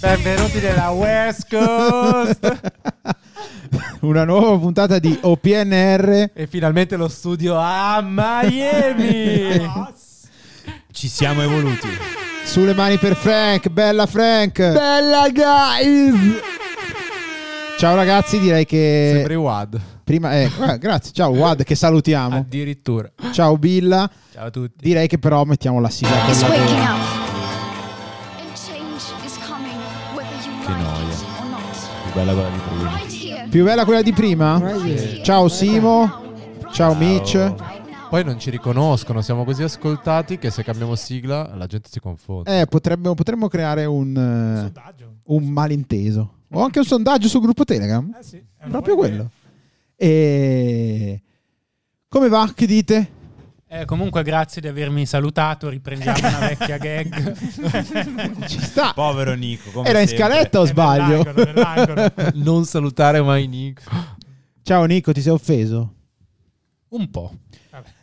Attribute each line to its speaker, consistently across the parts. Speaker 1: Benvenuti nella West Coast
Speaker 2: Una nuova puntata di OPNR.
Speaker 1: e finalmente lo studio a Miami.
Speaker 3: Ci siamo evoluti.
Speaker 2: Sulle mani per Frank, bella Frank. Bella guys. Ciao ragazzi, direi che
Speaker 1: Eh. Sembri Wad.
Speaker 2: prima eh, ah, grazie. Ciao Wad che salutiamo.
Speaker 1: Addirittura.
Speaker 4: Eh.
Speaker 2: Ciao Billa.
Speaker 1: Ciao a tutti.
Speaker 2: Direi che però mettiamo la sigla.
Speaker 5: is
Speaker 2: quella
Speaker 5: waking
Speaker 2: che-
Speaker 5: up. And change is coming, whether you
Speaker 3: Che
Speaker 5: like it
Speaker 3: noia.
Speaker 5: or not.
Speaker 3: Più bella quella di prima.
Speaker 5: Right here.
Speaker 2: Più bella quella di prima?
Speaker 5: right here,
Speaker 2: Ciao
Speaker 5: right
Speaker 2: Simo.
Speaker 5: now,
Speaker 2: Ciao
Speaker 5: right
Speaker 2: Mitch.
Speaker 5: now, right now.
Speaker 1: Poi non ci riconoscono, siamo così ascoltati che se cambiamo sigla la gente si confonde.
Speaker 2: Eh, potremmo, potremmo creare un, eh,
Speaker 4: Sondaggio.
Speaker 2: un malinteso. O anche un sondaggio sul gruppo Telegram.
Speaker 4: Eh sì, è una
Speaker 2: Proprio
Speaker 4: buona
Speaker 2: quello. E come va? Che dite?
Speaker 4: idea. Eh, comunque, grazie di avermi salutato. Riprendiamo una vecchia gag.
Speaker 2: Ci sta.
Speaker 3: Povero Nico. come
Speaker 2: Era in
Speaker 3: sempre.
Speaker 2: scaletta o sbaglio?
Speaker 4: Nell'angolo, nell'angolo.
Speaker 1: Non salutare mai Nick.
Speaker 2: Ciao Nico, ti sei offeso?
Speaker 1: Un po'.
Speaker 4: Vabbè.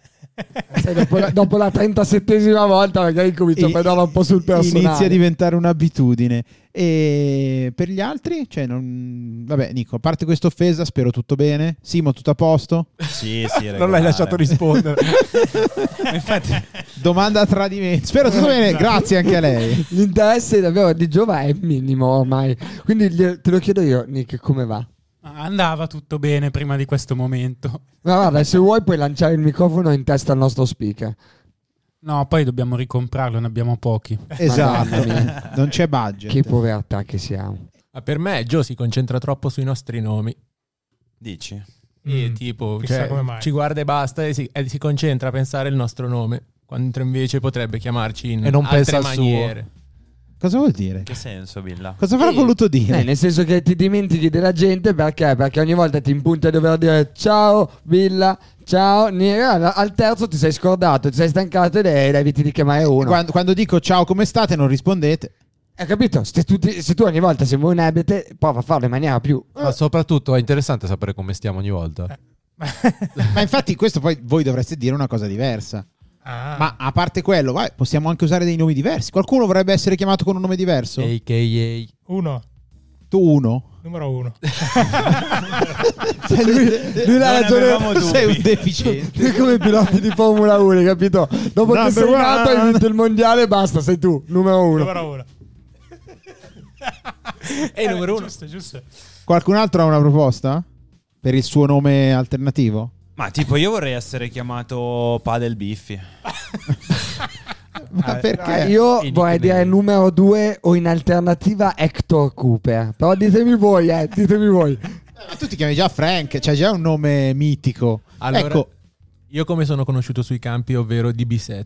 Speaker 6: Sai, Cioè, dopo, la, dopo la 37esima volta magari comincio a pedalare un po' sul personale.
Speaker 2: Inizia a diventare un'abitudine. E per gli altri? Cioè, non... Vabbè, Nico, a parte questa offesa, spero tutto bene. Simo, tutto a posto.
Speaker 3: Sì, sì, regolare.
Speaker 1: Non l'hai lasciato rispondere.
Speaker 2: Domanda a tradimento. Spero tutto bene, grazie anche a lei.
Speaker 6: L'interesse davvero di Giova è minimo ormai. Quindi gli- te lo chiedo io, Nick, come va?
Speaker 4: Andava tutto bene prima di questo momento.
Speaker 6: Ma guarda, se vuoi puoi lanciare il microfono in testa al nostro speaker.
Speaker 4: No, poi dobbiamo ricomprarlo, ne abbiamo pochi.
Speaker 2: Esatto,
Speaker 6: Madonna mia.
Speaker 2: non c'è budget.
Speaker 6: Che povertà che siamo.
Speaker 7: Ma per me Joe si concentra troppo sui nostri nomi.
Speaker 3: Dici?
Speaker 7: E
Speaker 4: Mm.
Speaker 7: tipo,
Speaker 4: Chissà
Speaker 7: cioè,
Speaker 4: come mai.
Speaker 7: ci guarda e basta e si, e si concentra a pensare il nostro nome. Quando invece potrebbe chiamarci in
Speaker 1: E non pensa
Speaker 7: altre
Speaker 1: al suo.
Speaker 7: maniere.
Speaker 2: Cosa vuol dire?
Speaker 3: In che senso, Villa?
Speaker 2: Cosa avrà
Speaker 7: Sì.
Speaker 2: voluto
Speaker 6: Eh,
Speaker 2: dire?
Speaker 6: nel senso che ti dimentichi della gente perché? Perché ogni volta ti impunti a dover dire ciao Villa, ciao Nira. Al- Al terzo ti sei scordato, ti sei stancato ed è- ed eviti di chiamare uno.
Speaker 2: Quando, quando dico ciao, come state, non rispondete.
Speaker 6: Hai capito? Se tu, ti- se tu ogni volta sembri un abete, prova a farlo in maniera più.
Speaker 4: Eh.
Speaker 1: Ma soprattutto è interessante sapere come stiamo ogni volta.
Speaker 7: Esatto.
Speaker 2: Ma infatti, questo poi voi dovreste dire una cosa diversa.
Speaker 4: Ah.
Speaker 2: Ma a parte quello, vai, possiamo anche usare dei nomi diversi. Qualcuno vorrebbe essere chiamato con un nome diverso?
Speaker 7: AKA.
Speaker 4: Uno,
Speaker 2: Tu uno.
Speaker 4: numero uno.
Speaker 2: Cioè, lui lui l'ha
Speaker 3: Non
Speaker 2: ragione.
Speaker 3: avevamo
Speaker 2: Tu
Speaker 3: dubbi.
Speaker 2: sei un deficiente.
Speaker 6: È come i piloti di Formula 1, hai capito? Dopo
Speaker 2: Number
Speaker 6: che sei
Speaker 2: one.
Speaker 6: nato hai vinto il mondiale, basta, sei tu, numero uno.
Speaker 4: Numero uno. Eh,
Speaker 7: E numero uno.
Speaker 4: Giusto, giusto.
Speaker 2: Qualcun altro ha una proposta? Per il suo nome alternativo?
Speaker 3: Ma tipo, io vorrei essere chiamato Padel Biffi.
Speaker 2: Ma perché?
Speaker 6: Eh, Io
Speaker 7: Nick
Speaker 6: vorrei
Speaker 7: Neri.
Speaker 6: dire numero due o in alternativa Hector Cooper. Però ditemi voi, eh, ditemi voi.
Speaker 2: Ma Ah, tu ti chiami già Frank, c'hai già un nome mitico.
Speaker 7: Allora,
Speaker 2: ecco,
Speaker 7: Io come sono conosciuto sui campi, ovvero DB7.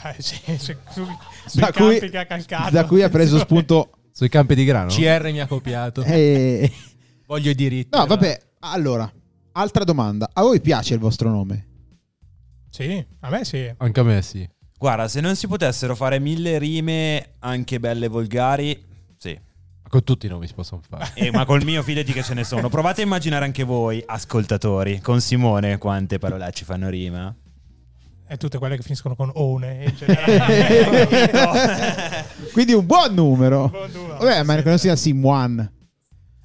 Speaker 4: Eh, sì, sì, su, sui
Speaker 2: da
Speaker 4: campi
Speaker 2: cui,
Speaker 4: che ha calcato.
Speaker 2: da cui ha preso spunto.
Speaker 1: Sui campi di grano?
Speaker 7: CR mi ha copiato.
Speaker 2: eh,
Speaker 7: Voglio i diritti.
Speaker 2: No, vabbè. Allora, altra domanda. A voi piace il vostro nome?
Speaker 4: Sì, a me sì.
Speaker 1: Anche a me sì.
Speaker 3: Guarda, se non si potessero fare mille rime, anche belle e volgari, sì.
Speaker 1: Con tutti i nomi si possono fare.
Speaker 3: Eh, ma col mio fidati che ce ne sono. Provate a immaginare anche voi, ascoltatori, con Simone quante parolacce ci fanno rima.
Speaker 4: E tutte quelle che finiscono con one. in generale.
Speaker 2: Quindi un buon numero.
Speaker 4: Eh, Buon numero,
Speaker 2: Vabbè, ma
Speaker 4: sì.
Speaker 2: non sia Simuan.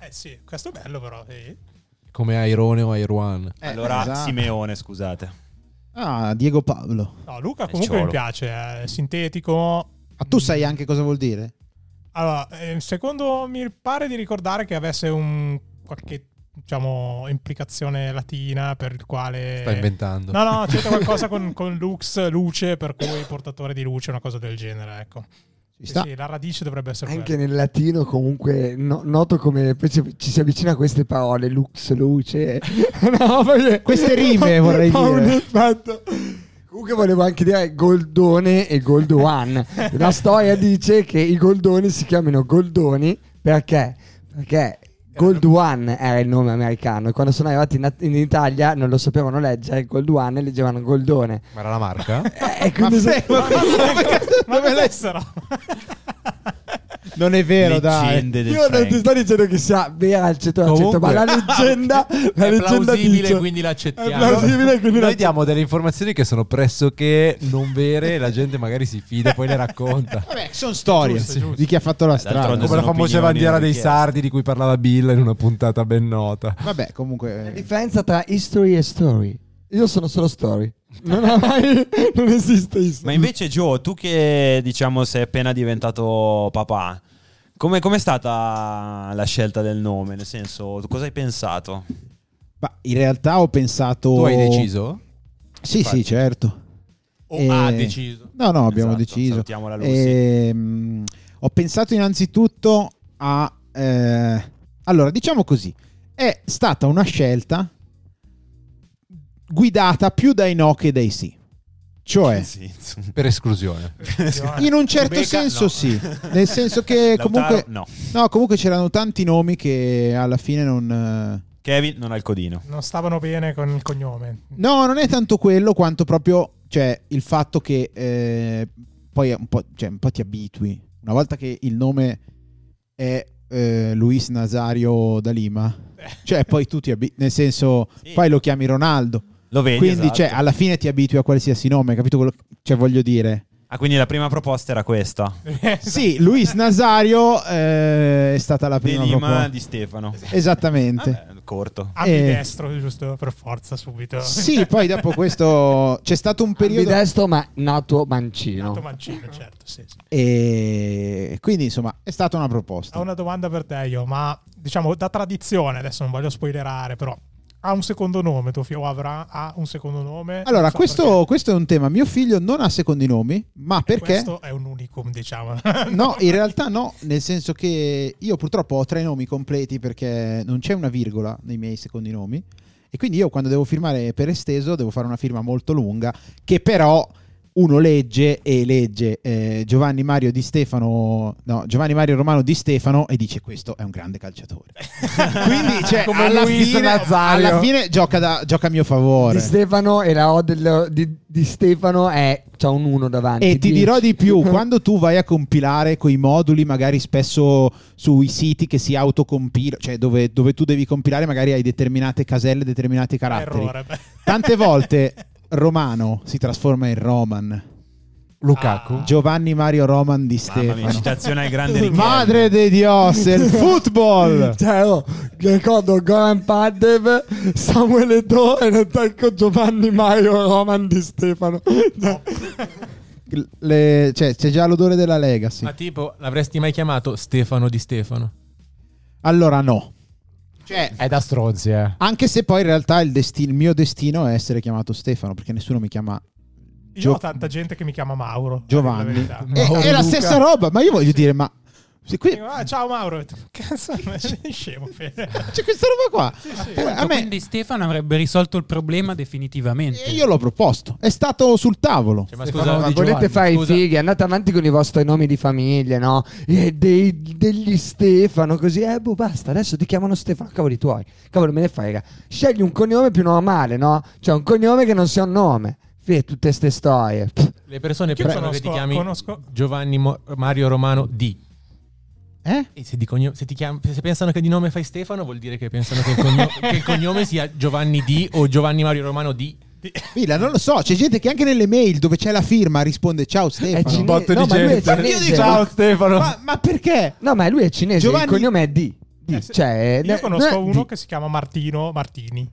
Speaker 4: eh sì, questo è bello però. sì.
Speaker 1: Come Airone o Airuan.
Speaker 2: Eh,
Speaker 3: allora,
Speaker 2: esatto.
Speaker 3: Simeone, scusate.
Speaker 2: Ah, Diego Paolo.
Speaker 4: No, Luca
Speaker 3: Il
Speaker 4: comunque mi
Speaker 3: ciolo.
Speaker 4: piace, eh, è sintetico.
Speaker 2: Ma tu sai anche cosa vuol dire?
Speaker 4: Allora, eh, secondo mi pare di ricordare che avesse un qualche diciamo implicazione latina per il quale
Speaker 1: Sta inventando.
Speaker 4: Eh. No, no, c'è qualcosa con, con lux, luce, per cui portatore di luce, una cosa del genere, ecco.
Speaker 2: Ci
Speaker 4: Sì,
Speaker 2: sta.
Speaker 4: sì, la radice dovrebbe essere
Speaker 6: Anche
Speaker 4: quella.
Speaker 6: nel latino comunque no- noto come poi ci, ci si avvicina a queste parole, lux, luce. no, perché-
Speaker 2: Queste rime, vorrei
Speaker 6: Ho un
Speaker 2: dire.
Speaker 6: effetto. Comunque volevo anche dire Goldone e Goldoan. La storia dice che i Goldoni si chiamano Goldoni perché? Perché Goldwan era il nome americano e quando sono arrivati in, in Italia non lo sapevano leggere, Goldwan e leggevano Goldone.
Speaker 1: Ma era la marca?
Speaker 6: E
Speaker 2: Ma
Speaker 6: quindi
Speaker 2: se- ma cosa-
Speaker 4: Ma
Speaker 2: dove l'hai-
Speaker 4: cos'essero?
Speaker 2: Non è vero, dai.
Speaker 3: Leggende del
Speaker 6: Io non ti
Speaker 3: Frank.
Speaker 6: sto dicendo che sia vera al 100%, ma
Speaker 1: Comunque-
Speaker 6: la leggenda, la
Speaker 7: è
Speaker 6: leggenda
Speaker 7: plausibile,
Speaker 6: dice-
Speaker 7: quindi l'accettiamo.
Speaker 6: È plausibile, quindi la-
Speaker 1: Noi diamo delle informazioni che sono pressoché non vere e la gente magari si fida e poi le racconta.
Speaker 2: Vabbè, sono storie
Speaker 4: Giusto, giusto.
Speaker 2: di chi ha fatto la strada.
Speaker 3: D'altronde
Speaker 1: Come la
Speaker 3: sono
Speaker 1: famosa
Speaker 3: opinioni,
Speaker 1: bandiera
Speaker 3: non
Speaker 1: dei
Speaker 3: richieste.
Speaker 1: sardi di cui parlava Bill in una puntata ben nota.
Speaker 2: Vabbè, comunque.
Speaker 6: La
Speaker 2: eh,
Speaker 6: differenza tra history e story. Io sono solo story. Non, ho mai- non esiste history.
Speaker 3: Ma invece, Joe, tu che diciamo sei appena diventato papà, come com'è stata la scelta del nome? Nel senso, tu cosa hai pensato?
Speaker 2: ma in realtà ho pensato.
Speaker 1: Tu hai deciso?
Speaker 2: Sì, sì, certo.
Speaker 7: O
Speaker 2: Eh,
Speaker 7: ha deciso.
Speaker 2: No, no, abbiamo
Speaker 3: Esatto,
Speaker 2: deciso.
Speaker 3: Salutiamo la Lucy.
Speaker 2: Ehm, ho pensato innanzitutto a... eh, allora, diciamo così, è stata una scelta guidata più dai no che dai sì. Cioè,
Speaker 3: Sì, insomma.
Speaker 1: Per esclusione.
Speaker 2: in un certo
Speaker 7: Becca,
Speaker 2: senso
Speaker 7: no.
Speaker 2: sì, nel senso che
Speaker 3: Lautaro,
Speaker 2: Eh, comunque...
Speaker 3: no.
Speaker 2: No, comunque c'erano tanti nomi che alla fine non... eh,
Speaker 3: Kevin non ha il codino.
Speaker 4: Non stavano bene con il cognome.
Speaker 2: No, non è tanto quello quanto proprio cioè, il fatto che eh, poi un po', cioè, un po' ti abitui. Una volta che il nome è eh, Luis Nazario da Lima, cioè poi tu ti abitui, nel senso
Speaker 3: Eh. Sì.
Speaker 2: poi lo chiami Ronaldo.
Speaker 3: Lo vedi?
Speaker 2: Quindi
Speaker 3: esatto.
Speaker 2: cioè, alla fine ti abitui a qualsiasi nome, capito quello cioè, voglio dire?
Speaker 3: Ah, quindi la prima proposta era questa.
Speaker 2: Sì, Luis Nazario eh, è stata la
Speaker 3: Esatto. Di
Speaker 2: prima
Speaker 3: Lima
Speaker 2: proposta.
Speaker 3: di Stefano.
Speaker 2: Esattamente.
Speaker 3: Vabbè, corto.
Speaker 4: Ambidestro, giusto per forza, subito.
Speaker 2: Sì, poi dopo questo c'è stato un periodo...
Speaker 6: destro ma nato mancino.
Speaker 4: Tanto Mancino, certo, sì, sì.
Speaker 2: E quindi insomma è stata una
Speaker 4: Ho
Speaker 2: proposta.
Speaker 4: una domanda per te io, ma diciamo da tradizione, adesso non voglio spoilerare, però ha un secondo nome, tuo figlio avrà ha un secondo nome.
Speaker 2: Allora,
Speaker 4: Eh, Non so
Speaker 2: questo,
Speaker 4: perché.
Speaker 2: questo è un tema. Mio figlio non ha secondi nomi, ma perché?
Speaker 4: Questo è un unicum, diciamo.
Speaker 2: No, in realtà no, nel senso che io purtroppo ho tre nomi completi perché non c'è una virgola nei miei secondi nomi e quindi io quando devo firmare per esteso devo fare una firma molto lunga che però uno legge e legge eh, Giovanni Mario Di Stefano, no, Giovanni Mario Romano Di Stefano e dice questo è un grande calciatore. quindi cioè,
Speaker 6: Come
Speaker 2: alla,
Speaker 6: Luis
Speaker 2: fine,
Speaker 6: Nazario.
Speaker 2: alla fine gioca, da- gioca a mio
Speaker 6: Di
Speaker 2: favore.
Speaker 6: Stefano e la O del- di, di Stefano è c'ha un 1 davanti.
Speaker 2: E ti
Speaker 6: dieci.
Speaker 2: dirò di più, quando tu vai a compilare quei moduli, magari spesso sui siti che si autocompilano, cioè dove, dove tu devi compilare, magari hai determinate caselle, determinati caratteri.
Speaker 4: Errore.
Speaker 2: Tante volte Romano si trasforma in Roman.
Speaker 6: Mm.
Speaker 1: Lukaku.
Speaker 2: Giovanni Mario Roman di
Speaker 3: Mamma mia,
Speaker 2: Stefano.
Speaker 3: citazione al grande Richelme.
Speaker 2: Madre de Dios, il
Speaker 7: Ah.
Speaker 2: football!
Speaker 6: Cioè, oh, ricordo Goran Pandev, Samuel Eto'o e l'attacco Giovanni Mario Roman di Stefano. Cioè,
Speaker 2: Le- cioè, c'è già l'odore della legacy.
Speaker 7: Ma tipo, l'avresti mai chiamato Stefano di Stefano?
Speaker 2: Allora no. Cioè,
Speaker 1: È da stronzi, eh.
Speaker 2: anche se poi in realtà il, desti- il mio destino è essere chiamato Stefano, perché nessuno mi chiama
Speaker 4: Io
Speaker 2: Gio-
Speaker 4: ho tanta gente che mi chiama Mauro.
Speaker 2: Giovanni.
Speaker 4: per la verità.
Speaker 2: E- è la stessa roba, ma io voglio dire, ma se qui-
Speaker 4: Dico, "Ah, ciao Mauro, cazzo, ma sei scemo. Fede.
Speaker 2: c'è questa roba qua. Eh, a me-
Speaker 8: Quindi Stefano avrebbe risolto il problema definitivamente.
Speaker 2: eh, io l'ho proposto, è stato sul tavolo.
Speaker 7: Cioè, ma
Speaker 8: Stefano,
Speaker 7: scusa,
Speaker 8: ma
Speaker 7: di
Speaker 6: volete
Speaker 7: Giovanni,
Speaker 6: fare i
Speaker 7: scusa.
Speaker 6: fighi, andate avanti con i vostri nomi di famiglia, no? Eh, dei- degli Stefano, così, eh, boh, basta, adesso ti chiamano Stefano, cavoli tuoi, cavolo me ne frega. Scegli un cognome più normale, no? Cioè, un cognome che non sia un nome. Fì, tutte ste storie. Pff,
Speaker 7: Le persone
Speaker 4: Io
Speaker 7: pensano
Speaker 4: conosco-
Speaker 7: che ti chiami
Speaker 4: conosco-
Speaker 7: Giovanni Mo- Mario Romano D.
Speaker 2: Eh?
Speaker 7: E se, di cogno- se ti chiam- se pensano che di nome fai Stefano, vuol dire che pensano che il, cogno- che il cognome sia Giovanni D o Giovanni Mario Romano D.
Speaker 2: Mila, non lo so, c'è gente che anche nelle mail dove c'è la firma risponde ciao
Speaker 6: è
Speaker 2: Stefano.
Speaker 6: cinese.
Speaker 1: botto di
Speaker 6: no, ma lui è
Speaker 1: gente.
Speaker 2: Io
Speaker 6: cinese.
Speaker 2: dico,
Speaker 1: Ciao Stefano.
Speaker 2: Ma, ma perché?
Speaker 6: No, ma lui è cinese,
Speaker 2: Giovanni-
Speaker 6: il cognome è D. D,
Speaker 4: Eh, se-
Speaker 6: cioè,
Speaker 4: Io
Speaker 6: ne-
Speaker 4: conosco
Speaker 6: ne-
Speaker 4: uno
Speaker 6: D.
Speaker 4: che si chiama Martino Martini,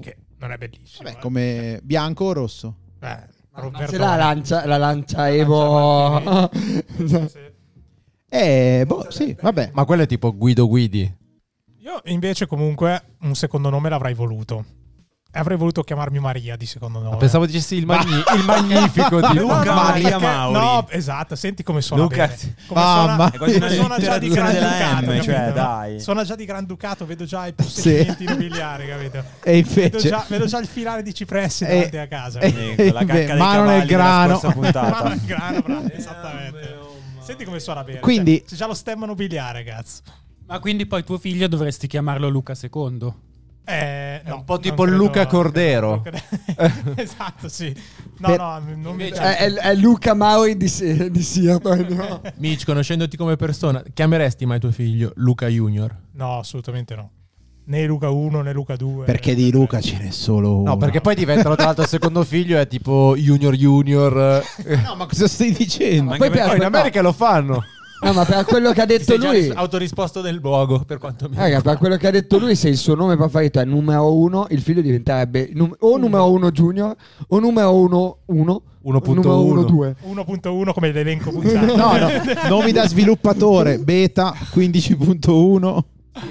Speaker 4: che non è bellissimo.
Speaker 2: Vabbè, come bianco o rosso?
Speaker 4: eh. Eh,
Speaker 6: Ma
Speaker 4: Roberto-
Speaker 6: Se la lancia, la lancia
Speaker 4: lancia
Speaker 6: Evo.
Speaker 4: Sì.
Speaker 2: Eh, boh, sì, vabbè.
Speaker 1: Ma quello è tipo Guido Guidi.
Speaker 4: Io invece comunque un secondo nome l'avrei voluto. E Avrei voluto chiamarmi Maria di secondo
Speaker 7: Ah.
Speaker 4: nome.
Speaker 1: Pensavo dicessi il, magni- il magnifico di
Speaker 4: No, no,
Speaker 1: Luca.
Speaker 4: no,
Speaker 3: Maria
Speaker 4: perché-
Speaker 3: Mauri.
Speaker 4: No, esatto, senti come suona
Speaker 3: Luca-
Speaker 4: bene. Come
Speaker 2: Mamma
Speaker 4: suona,
Speaker 2: mia.
Speaker 3: È quasi una
Speaker 4: come suona già di
Speaker 3: letteratura della
Speaker 4: Granducato,
Speaker 3: M, cioè,
Speaker 4: capito, no?
Speaker 3: dai.
Speaker 4: Suona già di Granducato, vedo già i
Speaker 2: Sì.
Speaker 4: possedimenti immobiliari, capito?
Speaker 2: E
Speaker 4: Vedo
Speaker 2: invece...
Speaker 4: già, vedo già il filare di cipressi
Speaker 2: Eh,
Speaker 4: davanti a casa.
Speaker 2: eh,
Speaker 4: capito?
Speaker 3: Sì, con la
Speaker 2: Beh,
Speaker 3: cacca dei
Speaker 2: mano
Speaker 3: cavalli
Speaker 2: nel
Speaker 3: della
Speaker 2: grano.
Speaker 3: scorsa puntata.
Speaker 4: Mano in grano, bravo, esattamente. Senti come suona bene.
Speaker 2: Quindi-
Speaker 4: cioè, c'è già lo stemma nobiliare, cazzo.
Speaker 8: Ma quindi poi tuo figlio dovresti chiamarlo Luca II.
Speaker 4: Eh,
Speaker 1: È
Speaker 4: no,
Speaker 1: un po'
Speaker 4: non
Speaker 1: tipo Luca
Speaker 4: non credo,
Speaker 1: Cordero.
Speaker 4: non credo. esatto, sì. No,
Speaker 6: Per-
Speaker 4: no, non mi
Speaker 6: È,
Speaker 2: eh,
Speaker 6: è- è Luca Mauri di, Si- di Sirpa, no?
Speaker 7: Mitch, conoscendoti come persona, chiameresti mai tuo figlio Luca Junior?
Speaker 4: No, assolutamente no. Né Luca 1 né Luca 2.
Speaker 2: Perché di Luca ce n'è solo uno.
Speaker 1: No, perché poi diventano tra l'altro il secondo figlio è tipo junior junior.
Speaker 2: No, ma cosa stai dicendo?
Speaker 3: Ma
Speaker 6: Poi
Speaker 3: anche
Speaker 6: per-
Speaker 1: Poi in
Speaker 6: no,
Speaker 1: America lo fanno.
Speaker 6: no, ma per quello che ha detto
Speaker 7: Sei già
Speaker 6: lui,
Speaker 7: ris- autorisposto del luogo, per quanto
Speaker 1: Eh,
Speaker 7: mi
Speaker 6: raga, per quello che ha detto lui, se il suo nome preferito è numero uno, il figlio diventerebbe num- o numero uno junior o numero uno uno, o
Speaker 1: 1.1.
Speaker 6: numero uno due.
Speaker 4: 1.1 come l'elenco puntato.
Speaker 2: No, no, nomi da sviluppatore, beta 15.1.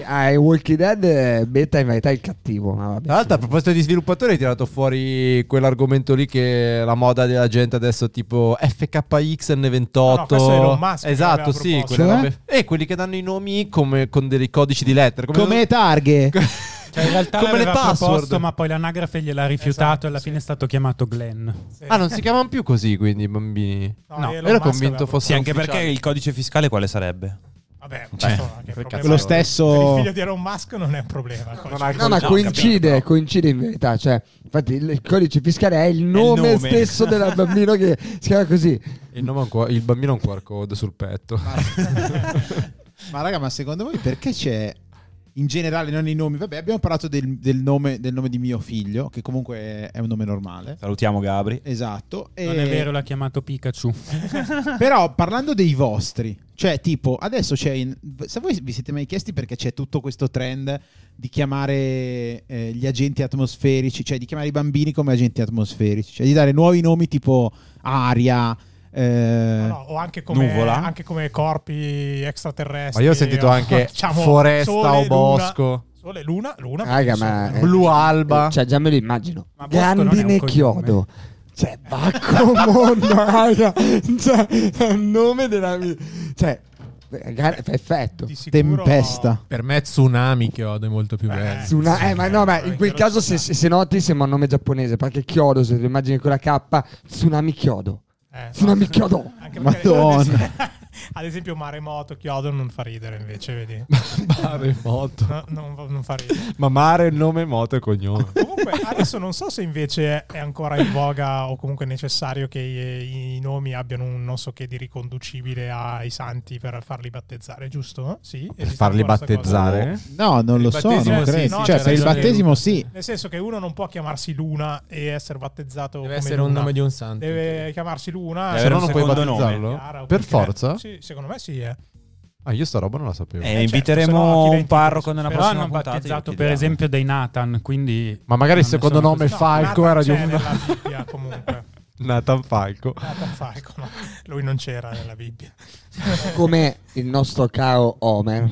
Speaker 6: Ah, e Walking Dead eh, beta in verità è il cattivo, ma vabbè.
Speaker 1: Tra l'altro, a proposito di sviluppatori, hai tirato fuori quell'argomento lì che è la moda della gente adesso, tipo FKX
Speaker 4: No,
Speaker 1: N28.
Speaker 4: Ah, no, questo è Elon Musk che
Speaker 1: esatto,
Speaker 4: l'aveva
Speaker 1: sì.
Speaker 4: proposto.
Speaker 1: quelle
Speaker 2: Cioè?
Speaker 1: robe- E quelli che danno i nomi come, con dei codici di lettere. Come,
Speaker 2: Come targhe.
Speaker 8: Cioè, in realtà
Speaker 1: Come le
Speaker 8: l'aveva
Speaker 1: password.
Speaker 8: proposto, ma poi l'anagrafe gliel'ha rifiutato
Speaker 4: Esatto,
Speaker 8: e alla
Speaker 4: sì.
Speaker 8: fine è stato chiamato Glenn.
Speaker 4: Sì.
Speaker 1: Ah, non si chiamano più così, quindi i bambini.
Speaker 4: No,
Speaker 8: no,
Speaker 4: Elon
Speaker 1: Ero
Speaker 4: Musk
Speaker 1: convinto
Speaker 4: aveva
Speaker 1: fosse.
Speaker 3: Sì, anche perché il codice fiscale quale sarebbe?
Speaker 4: proposto. Vabbè,
Speaker 1: Cioè,
Speaker 4: questo che
Speaker 1: che
Speaker 4: problema
Speaker 1: cazzo
Speaker 4: è?
Speaker 2: Lo
Speaker 4: Per il
Speaker 2: stesso...
Speaker 4: figlio di Elon Musk non è un problema.
Speaker 1: Non ha-
Speaker 6: No, ma
Speaker 1: No,
Speaker 6: coincide,
Speaker 1: capito, però.
Speaker 6: coincide in verità. Cioè, infatti, il codice fiscale è il nome,
Speaker 3: nome.
Speaker 6: stesso del bambino che si chiama così.
Speaker 1: Il, nome ha un qua- il bambino ha un QR code sul petto.
Speaker 2: Ma raga, ma secondo voi perché c'è in generale non i nomi? Vabbè, abbiamo parlato del, del nome, del nome di mio figlio, che comunque è un nome normale.
Speaker 3: Salutiamo Gabri.
Speaker 2: Esatto.
Speaker 8: Non
Speaker 2: e-
Speaker 8: è vero, l'ha chiamato Pikachu.
Speaker 2: Però parlando dei vostri, cioè tipo adesso c'è... In... Se voi vi siete mai chiesti perché c'è tutto questo trend di chiamare eh, gli agenti atmosferici, cioè di chiamare i bambini come agenti atmosferici, cioè di dare nuovi nomi tipo aria... eh,
Speaker 4: No, no, o anche come,
Speaker 3: Nuvola.
Speaker 4: anche come corpi extraterrestri.
Speaker 1: Ma io ho sentito
Speaker 4: o-
Speaker 1: anche
Speaker 4: diciamo,
Speaker 1: foresta
Speaker 4: sole,
Speaker 1: o
Speaker 4: luna-
Speaker 1: bosco.
Speaker 4: sole, luna, luna.
Speaker 6: Raga,
Speaker 4: perché
Speaker 6: ma-
Speaker 4: sono-
Speaker 6: Eh.
Speaker 1: Blu alba.
Speaker 6: Cioè, già me lo immagino.
Speaker 8: Ma Bosco non è
Speaker 6: Grandine
Speaker 8: un cognome.
Speaker 6: Chiodo. Cioè, Bacco Mondo, raga. Cioè, è il nome della mia... Cioè, gra- perfetto.
Speaker 4: di sicuro-
Speaker 2: tempesta.
Speaker 7: Per me Tsunami che odio è molto più
Speaker 4: Eh,
Speaker 7: bello.
Speaker 6: Tsuna- eh, ma no, ma in quel caso se, se, se noti sembra un nome giapponese, perché Chiodo, se lo immagini con la K, Tsunami Chiodo.
Speaker 4: Eh, no.
Speaker 6: Tsunami Chiodo.
Speaker 4: Anche perché-
Speaker 2: Madonna.
Speaker 4: Ad esempio maremoto, chiodo non fa ridere invece, vedi?
Speaker 1: Mare moto.
Speaker 4: No, non, non fa ridere.
Speaker 1: Ma mare, nome, moto e cognome.
Speaker 4: Comunque, adesso non so se invece è ancora in voga o comunque è necessario che i, i nomi abbiano un non so che di riconducibile ai santi per farli battezzare, giusto? Sì.
Speaker 1: Per
Speaker 4: esiste
Speaker 1: farli
Speaker 4: ancora sta cosa?
Speaker 8: Eh?
Speaker 1: battezzare.
Speaker 2: No, non lo
Speaker 7: il
Speaker 2: so,
Speaker 7: battesimo
Speaker 2: non
Speaker 7: sì,
Speaker 2: credo.
Speaker 4: no,
Speaker 2: cioè,
Speaker 4: c'è
Speaker 2: per il
Speaker 4: ragione.
Speaker 2: battesimo sì.
Speaker 4: Nel senso che uno non può chiamarsi Luna e essere battezzato
Speaker 7: Deve
Speaker 4: come
Speaker 7: essere un
Speaker 4: Luna.
Speaker 7: nome di un santo.
Speaker 4: Deve chiamarsi Luna.
Speaker 3: Deve
Speaker 1: Se no
Speaker 3: avere un
Speaker 1: non puoi
Speaker 3: secondo
Speaker 1: battezzarlo?
Speaker 4: nome. Chiara,
Speaker 1: Per
Speaker 4: oppure-
Speaker 1: forza?
Speaker 4: Sì, secondo me sì. Eh.
Speaker 1: Ah, io sta roba non la sapevo.
Speaker 3: Eh,
Speaker 4: certo,
Speaker 3: inviteremo
Speaker 4: se no chi la
Speaker 3: un parroco
Speaker 4: interpreta?
Speaker 3: nella
Speaker 8: Però
Speaker 3: prossima
Speaker 8: hanno
Speaker 3: puntata,
Speaker 8: battezzato
Speaker 3: glielo
Speaker 8: per
Speaker 3: chiediamo.
Speaker 8: esempio dei Nathan, quindi...
Speaker 1: Ma magari il
Speaker 8: non ne
Speaker 1: secondo
Speaker 8: sono
Speaker 1: nome è
Speaker 8: così-
Speaker 1: Falco
Speaker 4: Nathan
Speaker 1: era di
Speaker 4: c'è
Speaker 1: un
Speaker 4: nella Bibbia comunque.
Speaker 1: Nathan Falco.
Speaker 4: Nathan Falco, no. Lui non c'era nella Bibbia.
Speaker 6: Come il nostro caro Homer,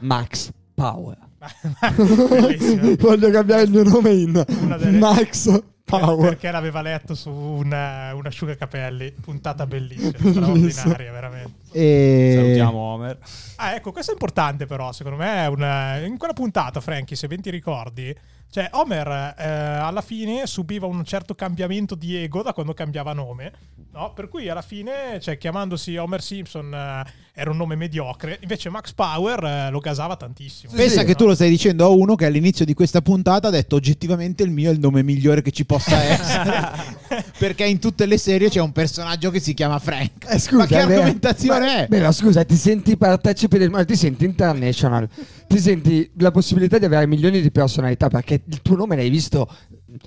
Speaker 6: Max Power.
Speaker 4: Bellissimo.
Speaker 6: Voglio cambiare il mio nome in
Speaker 4: Una delle-
Speaker 6: Max Power.
Speaker 4: Perché l'aveva letto su un, eh, un asciugacapelli, puntata bellissima,
Speaker 6: Bellissimo.
Speaker 4: straordinaria veramente.
Speaker 2: E...
Speaker 3: Salutiamo Homer.
Speaker 4: Ah, ecco, questo è importante però, secondo me, è un- eh, in quella puntata, Frankie, se ben ti ricordi, cioè Homer eh, alla fine subiva un certo cambiamento di ego da quando cambiava nome, no? Per cui alla fine, cioè, chiamandosi Homer Simpson eh, era un nome mediocre, invece Max Power eh, lo gasava tantissimo.
Speaker 2: Pensa
Speaker 4: No?
Speaker 2: che tu lo stai dicendo a uno che all'inizio di questa puntata ha detto oggettivamente il mio è il nome migliore che ci possa essere. perché in tutte le serie c'è un personaggio che si chiama Frank.
Speaker 6: Eh, scusa,
Speaker 2: Ma che
Speaker 6: eh, beh,
Speaker 2: argomentazione
Speaker 6: ma-
Speaker 2: è?
Speaker 6: Beh, ma scusa, ti senti partecipe del mondo, ti senti international, ti senti la possibilità di avere milioni di personalità perché il tuo nome l'hai visto.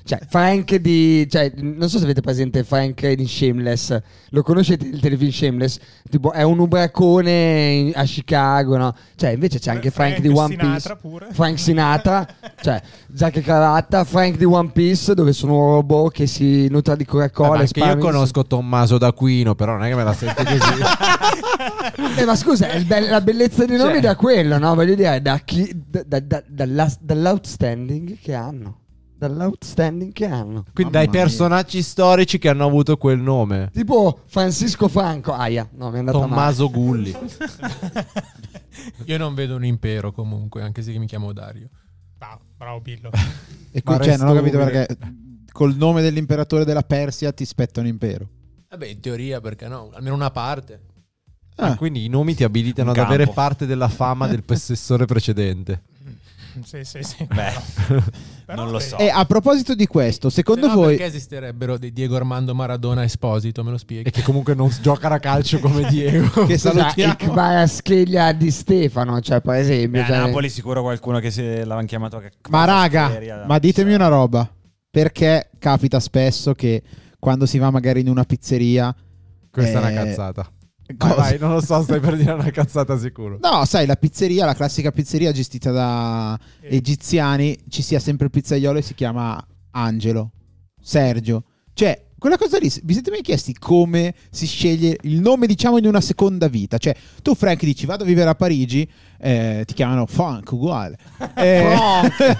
Speaker 6: Cioè, Frank di. Cioè, non so se avete presente Frank di Shameless. Lo conoscete il telefilm Shameless? Tipo, è un ubracone in- a Chicago, no? Cioè, invece c'è anche Frank, di One Piece.
Speaker 4: Sinatra pure.
Speaker 6: Frank Sinatra, cioè Zac e Cravatta, Frank di One Piece, dove sono un robot che si nutra di Coca-Cola. e
Speaker 1: Anche io
Speaker 6: sparami-
Speaker 1: conosco Tommaso d'Aquino, però non è che me la senti così.
Speaker 6: Eh, ma scusa, il be- la bellezza dei
Speaker 7: Cioè.
Speaker 6: nomi è da quello, no? Voglio dire, da chi- da- da- da- dalla- dall'outstanding che hanno. Dall'outstanding che hanno.
Speaker 1: Quindi
Speaker 2: Mamma
Speaker 1: dai personaggi storici che hanno avuto quel nome.
Speaker 6: Tipo Francisco Franco. Aia, no, mi è andata male.
Speaker 1: Tommaso Gulli.
Speaker 7: Io non vedo un impero comunque, anche se mi chiamo Dario.
Speaker 4: Bravo, Ah, bravo Billo.
Speaker 2: E qui- cioè, non ho capito perché col nome dell'imperatore della Persia ti spetta un impero.
Speaker 7: Vabbè, in teoria perché no? Almeno una parte.
Speaker 1: Ah, quindi i nomi ti abilitano
Speaker 3: Un
Speaker 1: ad avere
Speaker 3: campo.
Speaker 1: parte della fama del possessore precedente.
Speaker 4: Sì, sì, sì.
Speaker 3: Beh,
Speaker 4: Però,
Speaker 3: non lo
Speaker 4: beh,
Speaker 3: so.
Speaker 2: E a proposito di questo, secondo
Speaker 7: Se Cioè, no,
Speaker 2: voi...
Speaker 7: perché esisterebbero dei Diego Armando Maradona Esposito? Me lo spieghi?
Speaker 1: E che comunque non gioca a calcio come Diego.
Speaker 2: Che salutiamo.
Speaker 6: Ecco, scheglia di Stefano, cioè per esempio.
Speaker 3: Beh,
Speaker 7: Eh,
Speaker 3: a
Speaker 6: cioè-
Speaker 3: Napoli sicuro qualcuno che se l'avevano chiamato a-
Speaker 2: Ma raga,
Speaker 3: Cafeteria,
Speaker 2: ma ditemi
Speaker 3: cioè.
Speaker 2: una roba. Perché capita spesso che quando si va magari in una pizzeria...
Speaker 1: Questa è
Speaker 2: eh,
Speaker 1: una cazzata.
Speaker 2: cosa-
Speaker 1: Vai, vai, non lo so, stai per dire una cazzata sicuro.
Speaker 2: No, sai, la pizzeria, la classica pizzeria gestita da
Speaker 4: Eh.
Speaker 2: egiziani, ci sia sempre il pizzaiolo e si chiama Angelo, Sergio. Cioè, quella cosa lì, vi siete mai chiesti come si sceglie il nome, diciamo, in una seconda vita? Cioè, tu Frank dici, vado a vivere a Parigi, eh, ti chiamano Frank uguale. Eh,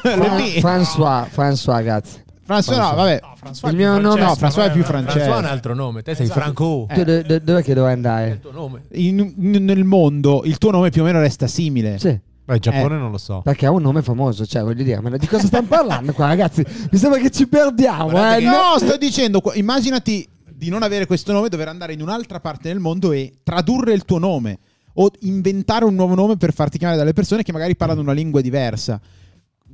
Speaker 6: Fra-
Speaker 2: lì.
Speaker 6: François, François, grazie.
Speaker 2: François, no, vabbè.
Speaker 4: No, François
Speaker 6: Il
Speaker 4: è più
Speaker 6: mio- no,
Speaker 4: Francesco,
Speaker 2: Eh,
Speaker 4: eh,
Speaker 2: no, François è più
Speaker 4: vabbè,
Speaker 2: Francesco.
Speaker 7: François
Speaker 2: Cioè-
Speaker 7: è un altro nome, te sei
Speaker 4: Esatto.
Speaker 7: Franco.
Speaker 6: Tu do- do- dove che dove
Speaker 7: Eh. È
Speaker 6: andare?
Speaker 7: il tuo nome.
Speaker 2: In- in- nel mondo il tuo nome più o meno resta simile.
Speaker 6: Sì,
Speaker 1: Beh, in Giappone
Speaker 2: Eh.
Speaker 1: non lo so.
Speaker 6: perché ha un nome famoso, cioè voglio dire, ma di cosa stiamo parlando qua ragazzi? Mi sembra che ci perdiamo,
Speaker 7: Guardate
Speaker 6: eh.
Speaker 7: che-
Speaker 6: no?
Speaker 2: No, sto dicendo, qu- immaginati di non avere questo nome, dover andare in un'altra parte del mondo e tradurre il tuo nome o inventare un nuovo nome per farti chiamare dalle persone che magari parlano una lingua diversa.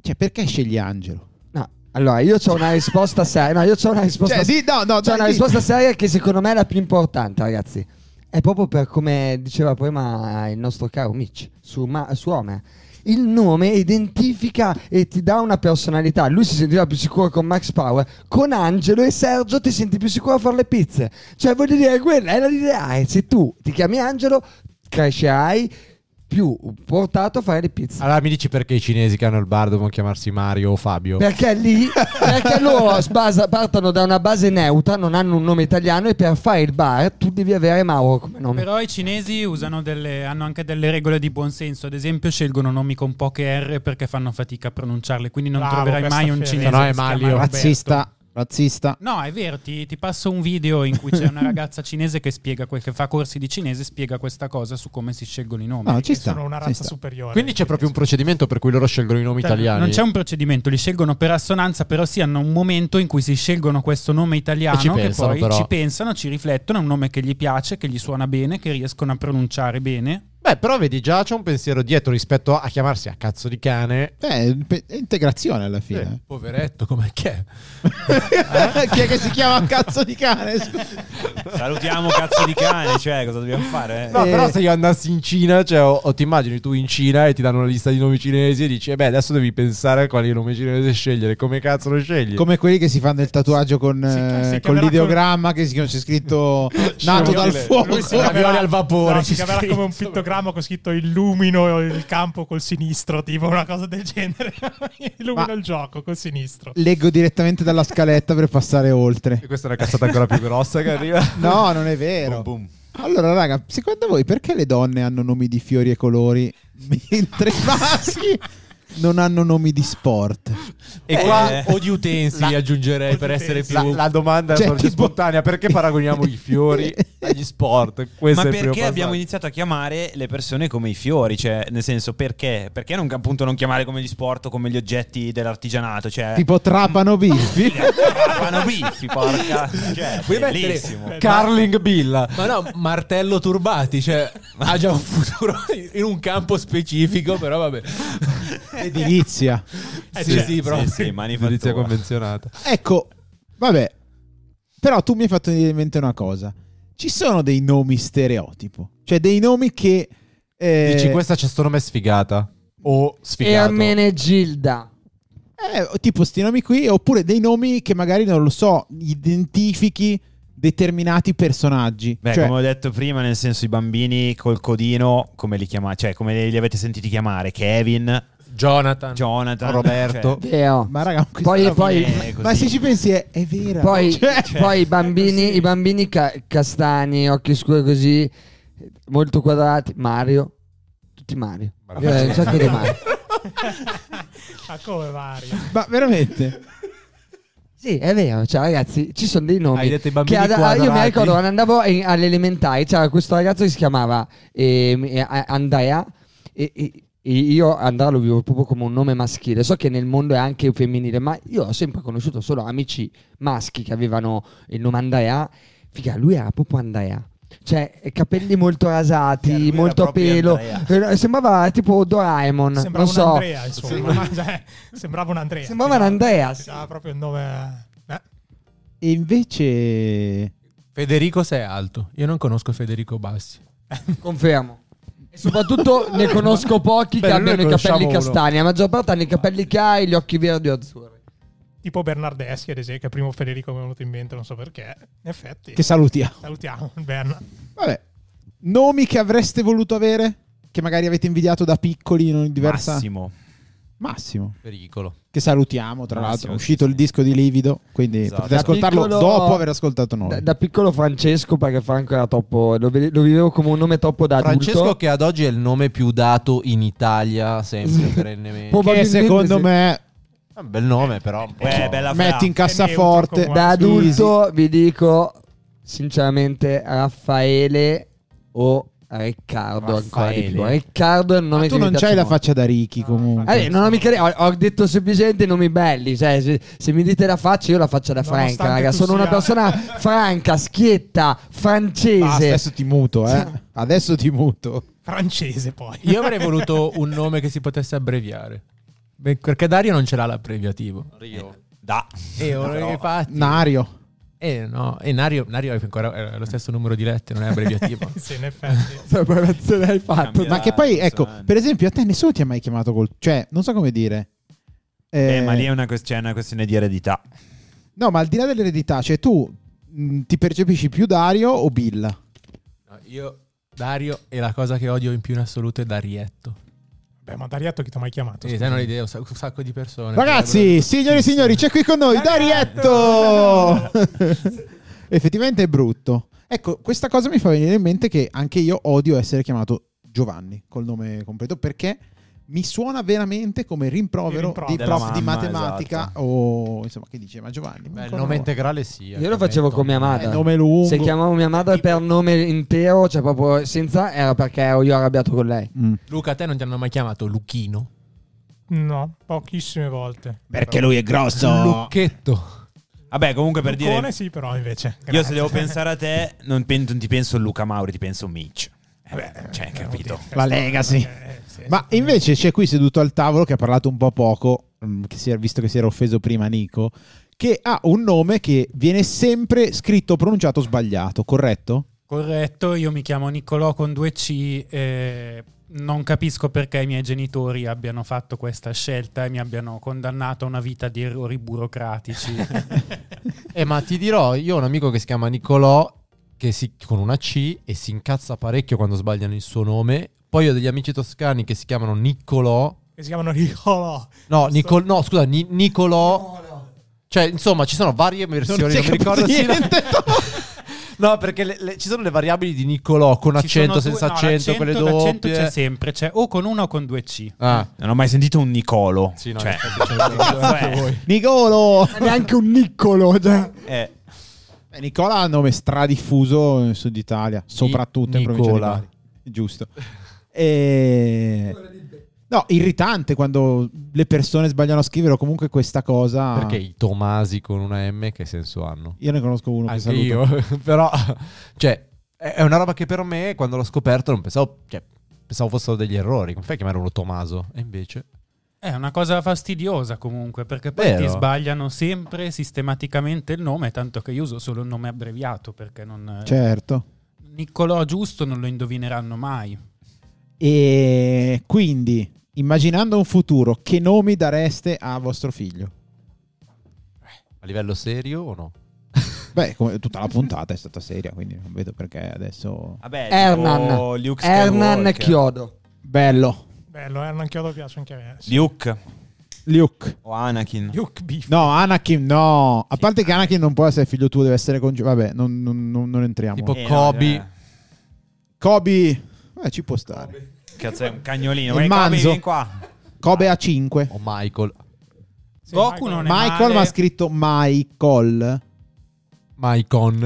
Speaker 2: Cioè, perché scegli Angelo?
Speaker 6: No, Allora, io ho una risposta seria. No, io ho una risposta
Speaker 2: Cioè, sì, no, no,
Speaker 6: C'è
Speaker 2: dai,
Speaker 6: una
Speaker 2: dì.
Speaker 6: risposta seria che secondo me è la più importante, ragazzi. È proprio per come diceva prima il nostro caro Mitch su, Ma- su Homer. Il nome identifica e ti dà una personalità. Lui si sentiva più sicuro con Max Power. Con Angelo e Sergio ti senti più sicuro a fare le pizze. Cioè, voglio dire, quella è l'idea. E Se tu ti chiami Angelo, crescerai più portato a fare le pizze.
Speaker 1: Allora mi dici perché i cinesi che hanno il bar devono chiamarsi Mario o Fabio?
Speaker 6: Perché lì, perché loro sbasa- partono da una base neutra, non hanno un nome italiano e per fare il bar tu devi avere Mauro come nome.
Speaker 8: Però i cinesi usano delle, hanno anche delle regole di buonsenso. Ad esempio, scelgono nomi con poche R perché fanno fatica a pronunciarle. Quindi non
Speaker 4: Bravo,
Speaker 8: troverai
Speaker 4: questa
Speaker 8: mai un
Speaker 4: fiera.
Speaker 8: cinese.
Speaker 1: Se no è
Speaker 8: che si chiama
Speaker 1: Maglio.
Speaker 8: Roberto.
Speaker 2: Razzista, razzista.
Speaker 8: No, è vero, ti, ti passo un video in cui c'è una ragazza cinese che spiega que- che fa corsi di cinese e spiega questa cosa su come si scelgono i
Speaker 4: Ah,
Speaker 8: nomi. Cioè,
Speaker 2: No, ci sta.
Speaker 4: Sono una
Speaker 2: ci
Speaker 4: razza
Speaker 2: sta.
Speaker 4: superiore.
Speaker 1: Quindi c'è proprio un procedimento per cui loro scelgono i nomi
Speaker 8: Cioè,
Speaker 1: italiani.
Speaker 8: Non c'è un procedimento, li scelgono per assonanza, però sì hanno un momento in cui si scelgono questo nome
Speaker 1: E ci
Speaker 8: italiano che
Speaker 1: pensano,
Speaker 8: poi
Speaker 1: però.
Speaker 8: ci pensano, ci riflettono, è un nome che gli piace, che gli suona bene, che riescono a pronunciare bene.
Speaker 1: Beh, però vedi già c'è un pensiero dietro rispetto a, a chiamarsi a cazzo di cane.
Speaker 2: Eh, pe- è integrazione alla fine.
Speaker 7: Eh,
Speaker 2: eh.
Speaker 7: Poveretto, com'è che è?
Speaker 2: Chi è che si chiama cazzo di cane?
Speaker 3: Salutiamo cazzo di cane, cioè cosa dobbiamo fare? eh?
Speaker 1: No, però se io andassi in Cina, cioè, o, o ti immagini tu in Cina e ti danno una lista di nomi cinesi e dici, eh beh, adesso devi pensare a quali nome cinese scegliere, come cazzo lo scegli?
Speaker 2: Come quelli che si fanno il tatuaggio con,
Speaker 4: Si- si
Speaker 2: eh, con
Speaker 4: chiamerà col-
Speaker 2: l'ideogramma che si- c'è scritto nato dal fuoco.
Speaker 4: Lui si chiamerà-
Speaker 7: al vapore,
Speaker 4: no, si
Speaker 7: c'è
Speaker 4: chiamerà
Speaker 7: scritto.
Speaker 4: come un pittogramma con scritto illumino il campo col sinistro, tipo una cosa del genere. illumino
Speaker 2: Ma-
Speaker 4: il gioco col sinistro.
Speaker 2: Leggo direttamente dalla scaletta per passare oltre.
Speaker 1: E questa è una cazzata ancora più grossa che arriva.
Speaker 2: No, non è vero. Allora, raga, secondo voi perché le donne hanno nomi di fiori e colori mentre i maschi non hanno nomi di sport?
Speaker 7: E
Speaker 3: Eh.
Speaker 7: qua o di utensi
Speaker 2: La-
Speaker 7: aggiungerei per essere più...
Speaker 1: La, la domanda
Speaker 2: Cioè,
Speaker 1: sorge
Speaker 2: tipo-
Speaker 1: spontanea, perché paragoniamo i fiori agli sport? Questo
Speaker 3: Ma
Speaker 1: è il primo
Speaker 3: perché abbiamo
Speaker 1: passaggio.
Speaker 3: iniziato a chiamare le persone come i fiori? Cioè, nel senso, perché? Perché non, appunto non chiamare come gli sport o come gli oggetti dell'artigianato? Cioè,
Speaker 2: Tipo trapano biffi?
Speaker 3: Pano biffi, porca. Cioè,
Speaker 7: Puoi mettere-
Speaker 3: bellissimo.
Speaker 1: Carling Billa.
Speaker 7: Ma no, martello turbati, cioè ha già un futuro in un campo specifico, però vabbè.
Speaker 2: Edilizia.
Speaker 4: Eh,
Speaker 7: sì,
Speaker 4: cioè,
Speaker 7: sì, proprio.
Speaker 3: Sì, sì, manifattura.
Speaker 1: Edilizia convenzionata.
Speaker 2: Ecco, vabbè. Però tu mi hai fatto venire in mente una cosa. Ci sono dei nomi stereotipo, cioè dei nomi che... eh,
Speaker 1: Dici, questa c'è sto nome sfigata. O sfigato.
Speaker 6: Ermenegilda.
Speaker 2: Eh, tipo sti nomi qui, oppure dei nomi che magari non lo so, identifichi determinati personaggi.
Speaker 3: Beh,
Speaker 2: Cioè,
Speaker 3: come ho detto prima, nel senso, i bambini col codino, come li chiamate? Cioè, come li avete sentiti chiamare? Kevin,
Speaker 7: Jonathan.
Speaker 3: Jonathan,
Speaker 1: Roberto.
Speaker 3: cioè,
Speaker 6: Vero.
Speaker 2: ma raga, questa
Speaker 6: Poi-
Speaker 2: roba-
Speaker 6: poi-
Speaker 3: eh, così.
Speaker 2: ma se ci pensi è, è vera.
Speaker 6: Poi,
Speaker 2: Cioè,
Speaker 6: poi i bambini, i bambini ca- castani, occhi scuri così, molto quadrati. Mario. Tutti Mario.
Speaker 1: Mario.
Speaker 6: Eh, un sacco di Mario.
Speaker 4: Ma Ah, come Mario?
Speaker 2: ma veramente?
Speaker 6: Sì, è vero, cioè ragazzi, ci sono dei nomi.
Speaker 1: Hai detto i bambini
Speaker 6: che ad- ah, io mi
Speaker 1: quadrati?
Speaker 6: ricordo quando andavo in- alle elementari, c'era questo ragazzo che si chiamava ehm, eh, A- Andrea e, e- e io Andrea lo vivo proprio come un nome maschile. So che nel mondo è anche femminile, ma io ho sempre conosciuto solo amici maschi che avevano il nome Andrea. Figa, lui era proprio Andrea. Cioè, capelli molto rasati,
Speaker 3: Eh, lui era
Speaker 6: molto a
Speaker 3: proprio
Speaker 6: pelo.
Speaker 3: Andrea.
Speaker 6: Eh, Sembrava tipo Doraemon.
Speaker 4: Sembrava
Speaker 6: non so.
Speaker 4: un Andrea, insomma. ma- cioè, sembrava un Andrea.
Speaker 6: Sembrava un Andrea, sì.
Speaker 4: Aveva proprio il nome... eh.
Speaker 2: E invece...
Speaker 7: Federico sei alto. Io non conosco Federico Bassi.
Speaker 6: Confermo. E soprattutto ne conosco pochi
Speaker 1: Beh,
Speaker 6: che
Speaker 1: noi
Speaker 6: abbiano
Speaker 1: ne
Speaker 6: i capelli
Speaker 1: conosciamo uno.
Speaker 6: castani. La maggior parte hanno i capelli che ha e gli occhi verdi o azzurri.
Speaker 4: Tipo Bernardeschi, ad esempio, che è il primo Federico che mi è venuto in mente, non so perché. In effetti,
Speaker 2: Che salutiamo.
Speaker 4: salutiamo il Bern.
Speaker 2: Vabbè. Nomi che avreste voluto avere? Che magari avete invidiato da piccoli in ogni diversa...
Speaker 3: Massimo.
Speaker 2: Massimo.
Speaker 7: Pericolo.
Speaker 2: Che salutiamo, tra
Speaker 3: Massimo,
Speaker 2: l'altro. È
Speaker 3: sì,
Speaker 2: uscito
Speaker 3: sì.
Speaker 2: il disco di Livido, quindi
Speaker 3: Esatto.
Speaker 2: potete ascoltarlo
Speaker 6: Piccolo-
Speaker 2: dopo aver ascoltato noi.
Speaker 6: Da, da piccolo Francesco, perché Franco era troppo. Lo, ve- lo vivevo come un nome troppo da
Speaker 1: Francesco,
Speaker 6: adulto.
Speaker 1: che ad oggi è il nome più dato in Italia, sempre
Speaker 6: Sì.
Speaker 1: perennemente.
Speaker 2: che
Speaker 6: Poi- probabilmente
Speaker 2: secondo
Speaker 6: sì.
Speaker 2: me
Speaker 1: È un bel nome, però. un po'.
Speaker 3: Beh, Eh, bella fra.
Speaker 2: metti in
Speaker 4: È
Speaker 2: cassaforte
Speaker 4: neutro
Speaker 6: Da
Speaker 2: Sì,
Speaker 6: adulto vi dico sinceramente Raffaele o Riccardo ancora di
Speaker 3: Raffaele.
Speaker 6: più. Riccardo è un nome
Speaker 2: Ma
Speaker 6: che
Speaker 2: tu
Speaker 6: mi
Speaker 2: non
Speaker 6: piace
Speaker 2: c'hai la
Speaker 6: molto.
Speaker 2: faccia da Ricky comunque.
Speaker 4: infatti.
Speaker 6: Eh, non ho, mica, ho, ho detto semplicemente nomi belli. cioè, se, se mi dite la faccia, io la faccia da
Speaker 4: Nonostante
Speaker 6: franca, raga.
Speaker 4: tu
Speaker 6: Sono una
Speaker 4: sia-
Speaker 6: persona franca, schietta,
Speaker 2: Basta,
Speaker 6: francese.
Speaker 2: adesso ti muto, eh. Adesso ti muto.
Speaker 4: Francese, poi.
Speaker 7: Io avrei voluto un nome che si potesse abbreviare. Beh, perché Dario non ce l'ha l'abbreviativo.
Speaker 1: Rio.
Speaker 3: Eh, Da.
Speaker 7: E ora che fa?
Speaker 2: Nario.
Speaker 7: Eh no, e Nario, Nario è ancora è lo stesso numero di lettere, non è abbreviativo.
Speaker 4: Sì, in effetti.
Speaker 6: Se l'hai fatto.
Speaker 3: Cambia. eh.
Speaker 2: Ma che poi, ecco,
Speaker 3: Personaggio.
Speaker 2: per esempio, a te nessuno ti ha mai chiamato col... Cioè, non so come dire. Eh,
Speaker 3: Eh, ma lì è una, quest- c'è una questione di eredità.
Speaker 2: No, ma al di là dell'eredità, cioè tu mh, ti percepisci più Dario o Bill?
Speaker 7: No, io Dario e la cosa che odio in più in assoluto è Darietto.
Speaker 4: Beh, ma Darietto chi ti ha mai chiamato?
Speaker 7: Sì,
Speaker 4: scusa?
Speaker 7: te non hai idea, un sacco, un sacco di persone.
Speaker 2: Ragazzi, signori e signori, c'è qui con noi Darietto! Effettivamente è brutto. Ecco, questa cosa mi fa venire in mente che anche io odio essere chiamato Giovanni col nome completo perché mi suona veramente come
Speaker 4: Il
Speaker 2: rimprovero
Speaker 4: rimprovero
Speaker 2: di
Speaker 3: della
Speaker 2: prof di
Speaker 3: mamma,
Speaker 2: matematica
Speaker 3: esatto.
Speaker 2: o insomma che dice ma Giovanni ma
Speaker 7: Beh, il
Speaker 2: ancora
Speaker 7: nome
Speaker 2: una volta".
Speaker 7: integrale sì.
Speaker 6: Io lo facevo con mia
Speaker 2: Eh,
Speaker 6: madre.
Speaker 2: nome lungo.
Speaker 6: Se chiamavo mia madre per nome intero, cioè proprio senza, era perché ero io arrabbiato con lei.
Speaker 2: Mm.
Speaker 7: Luca, a te non ti hanno mai chiamato Luchino?
Speaker 4: No, pochissime volte.
Speaker 2: Perché lui è grosso.
Speaker 7: Lucchetto.
Speaker 3: Vabbè, comunque per
Speaker 4: Luccone
Speaker 3: dire...
Speaker 4: sì, però, invece.
Speaker 3: Io se
Speaker 4: Grazie.
Speaker 3: devo pensare a te, non, pen- non ti penso Luca Mauri, ti penso Mitch. Eh beh, cioè,
Speaker 4: Eh,
Speaker 3: capito.
Speaker 4: oddio.
Speaker 2: La legacy.
Speaker 4: Eh, sì.
Speaker 2: Ma invece c'è qui seduto al tavolo che ha parlato un po' poco, mm, che si era- visto che si era offeso prima Nico, che ha un nome che viene sempre scritto o pronunciato sbagliato, corretto?
Speaker 8: Corretto, io mi chiamo Niccolò con due C. eh, non capisco perché i miei genitori abbiano fatto questa scelta e mi abbiano condannato a una vita di errori burocratici.
Speaker 1: Eh, ma ti dirò, io ho un amico che si chiama Nicolò, che si, con una C, e si incazza parecchio quando sbagliano il suo nome. Poi ho degli amici toscani che si chiamano Niccolò.
Speaker 4: Che si chiamano Ricolò.
Speaker 1: No, Nicol- no scusa, Ni- Nicolò. Cioè, insomma, ci sono varie versioni, non,
Speaker 2: si è
Speaker 1: mi ricordo
Speaker 2: capito
Speaker 1: sì, no.
Speaker 2: niente.
Speaker 1: No, perché le- le- ci sono le variabili di Nicolò con
Speaker 8: Ci sono
Speaker 1: accento,
Speaker 8: due-
Speaker 1: senza
Speaker 8: no,
Speaker 1: accento, quelle
Speaker 8: l'accento- l'accento
Speaker 1: doppie.
Speaker 8: c'è sempre, c'è o con una o con due C.
Speaker 1: Ah,
Speaker 3: Non ho mai sentito un Nicolo.
Speaker 1: sì, no,
Speaker 3: cioè,
Speaker 1: in effetti c'è- c'è-
Speaker 3: cioè,
Speaker 2: Nicolo!
Speaker 6: Ma neanche un Niccolo. cioè.
Speaker 3: eh,
Speaker 2: Eh, Nicola ha un nome stradiffuso nel sud Italia, soprattutto in provincia di
Speaker 1: Nicola.
Speaker 2: Bari. Giusto. E... No, irritante quando le persone sbagliano a scrivere o comunque questa cosa...
Speaker 1: Perché i Tomasi con una M che senso hanno?
Speaker 2: Io ne conosco uno che
Speaker 1: Anche
Speaker 2: saluto.
Speaker 1: io, però, cioè, è è una roba che per me, quando l'ho scoperto, non pensavo, cioè, pensavo fossero degli errori. Come fai a chiamare uno Tomaso? E invece...
Speaker 8: È una cosa fastidiosa comunque, perché poi
Speaker 1: Vero.
Speaker 8: ti sbagliano sempre sistematicamente il nome, tanto che io uso solo il nome abbreviato, perché non...
Speaker 1: Cioè
Speaker 2: Certo.
Speaker 8: Niccolò giusto non lo indovineranno mai.
Speaker 2: E quindi, immaginando un futuro, che nomi dareste a vostro figlio?
Speaker 1: A livello serio o no?
Speaker 2: Beh, come tutta la puntata è stata seria, quindi non vedo perché adesso...
Speaker 3: vabbè, tipo
Speaker 6: Hernan.
Speaker 3: Luke
Speaker 6: Hernan
Speaker 3: Skywalker.
Speaker 6: Chiodo.
Speaker 2: Bello.
Speaker 4: Bello, eh, anche io piace anche a me. Sì.
Speaker 3: Luke
Speaker 2: Luke.
Speaker 3: o Anakin.
Speaker 4: Luke Beef.
Speaker 2: No, Anakin, no. A parte che Anakin non può essere figlio tuo, deve essere con... Vabbè, non, non- non- non entriamo.
Speaker 1: Tipo
Speaker 3: Eh, no,
Speaker 1: Kobe.
Speaker 3: eh.
Speaker 2: Kobe... Eh, ci può stare.
Speaker 3: Cazzo, è un cagnolino.
Speaker 2: Il
Speaker 3: Vai, Kobe,
Speaker 2: manzo.
Speaker 3: vieni qua.
Speaker 2: Kobe a 5.
Speaker 1: O Michael.
Speaker 4: Sì,
Speaker 8: Goku
Speaker 4: Michael.
Speaker 8: Oh, non è
Speaker 2: Michael,
Speaker 8: male.
Speaker 2: ma ha scritto Michael.
Speaker 1: Maicon.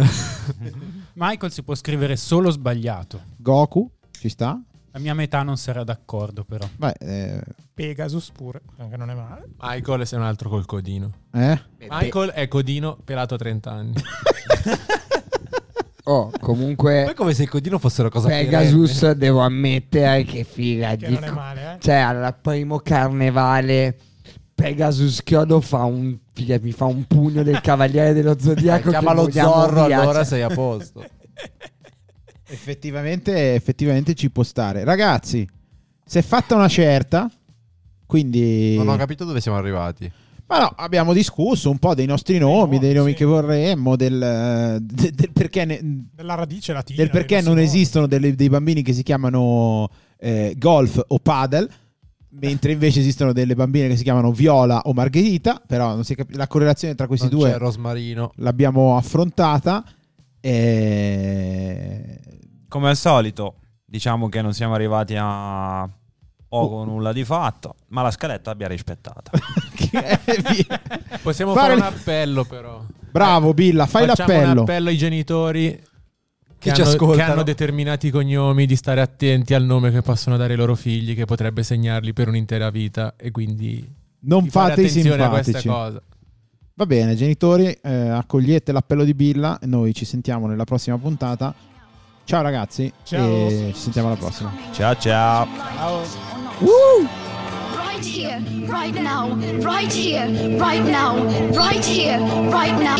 Speaker 8: Michael si può scrivere solo sbagliato.
Speaker 2: Goku, ci sta?
Speaker 8: La mia metà non sarà d'accordo però.
Speaker 2: Beh, eh...
Speaker 4: Pegasus pure, anche non è male.
Speaker 7: Michael sei un altro col codino.
Speaker 2: eh?
Speaker 7: Michael è codino pelato a 30 anni.
Speaker 6: Oh,
Speaker 1: Poi
Speaker 6: comunque
Speaker 1: come se il codino fosse una cosa
Speaker 6: Pegasus devo ammettere che figa
Speaker 4: Che
Speaker 6: di
Speaker 4: non è male, eh.
Speaker 6: Cioè, al primo carnevale Pegasus Chiodo fa un figa, mi fa un pugno del cavaliere dello
Speaker 1: perenne.
Speaker 6: zodiaco
Speaker 1: Chiama
Speaker 6: che
Speaker 1: lo
Speaker 6: vogliamo
Speaker 1: Eh, zorro,
Speaker 6: via,
Speaker 1: allora
Speaker 6: cioè.
Speaker 1: sei a posto.
Speaker 2: Effettivamente, effettivamente ci può stare. Ragazzi, si è fatta una certa, quindi...
Speaker 1: Non ho capito dove siamo arrivati.
Speaker 2: Ma no, abbiamo discusso un po' dei nostri nomi,
Speaker 4: nomi,
Speaker 2: dei nomi
Speaker 4: sì.
Speaker 2: che vorremmo, del, eh, de- del perché, ne-
Speaker 4: Della radice latina.
Speaker 2: del perché
Speaker 4: dei
Speaker 2: non
Speaker 4: nostri
Speaker 2: esistono delle- dei bambini che si chiamano eh, golf o paddle, mentre invece esistono delle bambine che si chiamano viola o margherita, però non si è cap- la correlazione tra questi
Speaker 1: non
Speaker 2: due
Speaker 1: c'è Rosmarino.
Speaker 2: l'abbiamo affrontata. eh, E...
Speaker 3: Come al solito, diciamo che non siamo arrivati a poco o nulla di fatto, ma la scaletta abbia rispettata.
Speaker 7: Possiamo
Speaker 2: Fare
Speaker 7: fare un
Speaker 2: il-
Speaker 7: appello, però.
Speaker 2: Bravo Billa, fai
Speaker 7: Facciamo
Speaker 2: l'appello.
Speaker 7: un appello ai genitori che,
Speaker 1: ci
Speaker 7: hanno, che
Speaker 1: ascoltano.
Speaker 7: hanno determinati cognomi di stare attenti al nome che possono dare ai loro figli, che potrebbe segnarli per un'intera vita. E quindi
Speaker 2: Non
Speaker 7: di fare
Speaker 2: fate i
Speaker 7: attenzione a questa
Speaker 2: simpatici.
Speaker 7: cosa.
Speaker 2: Va bene, genitori, eh, accogliete l'appello di Billa. Noi ci sentiamo nella prossima puntata. Ciao ragazzi,
Speaker 4: Ciao.
Speaker 2: e ci sentiamo alla prossima.
Speaker 3: Ciao ciao.
Speaker 5: Right here, right now, right here, right now, right here, right now.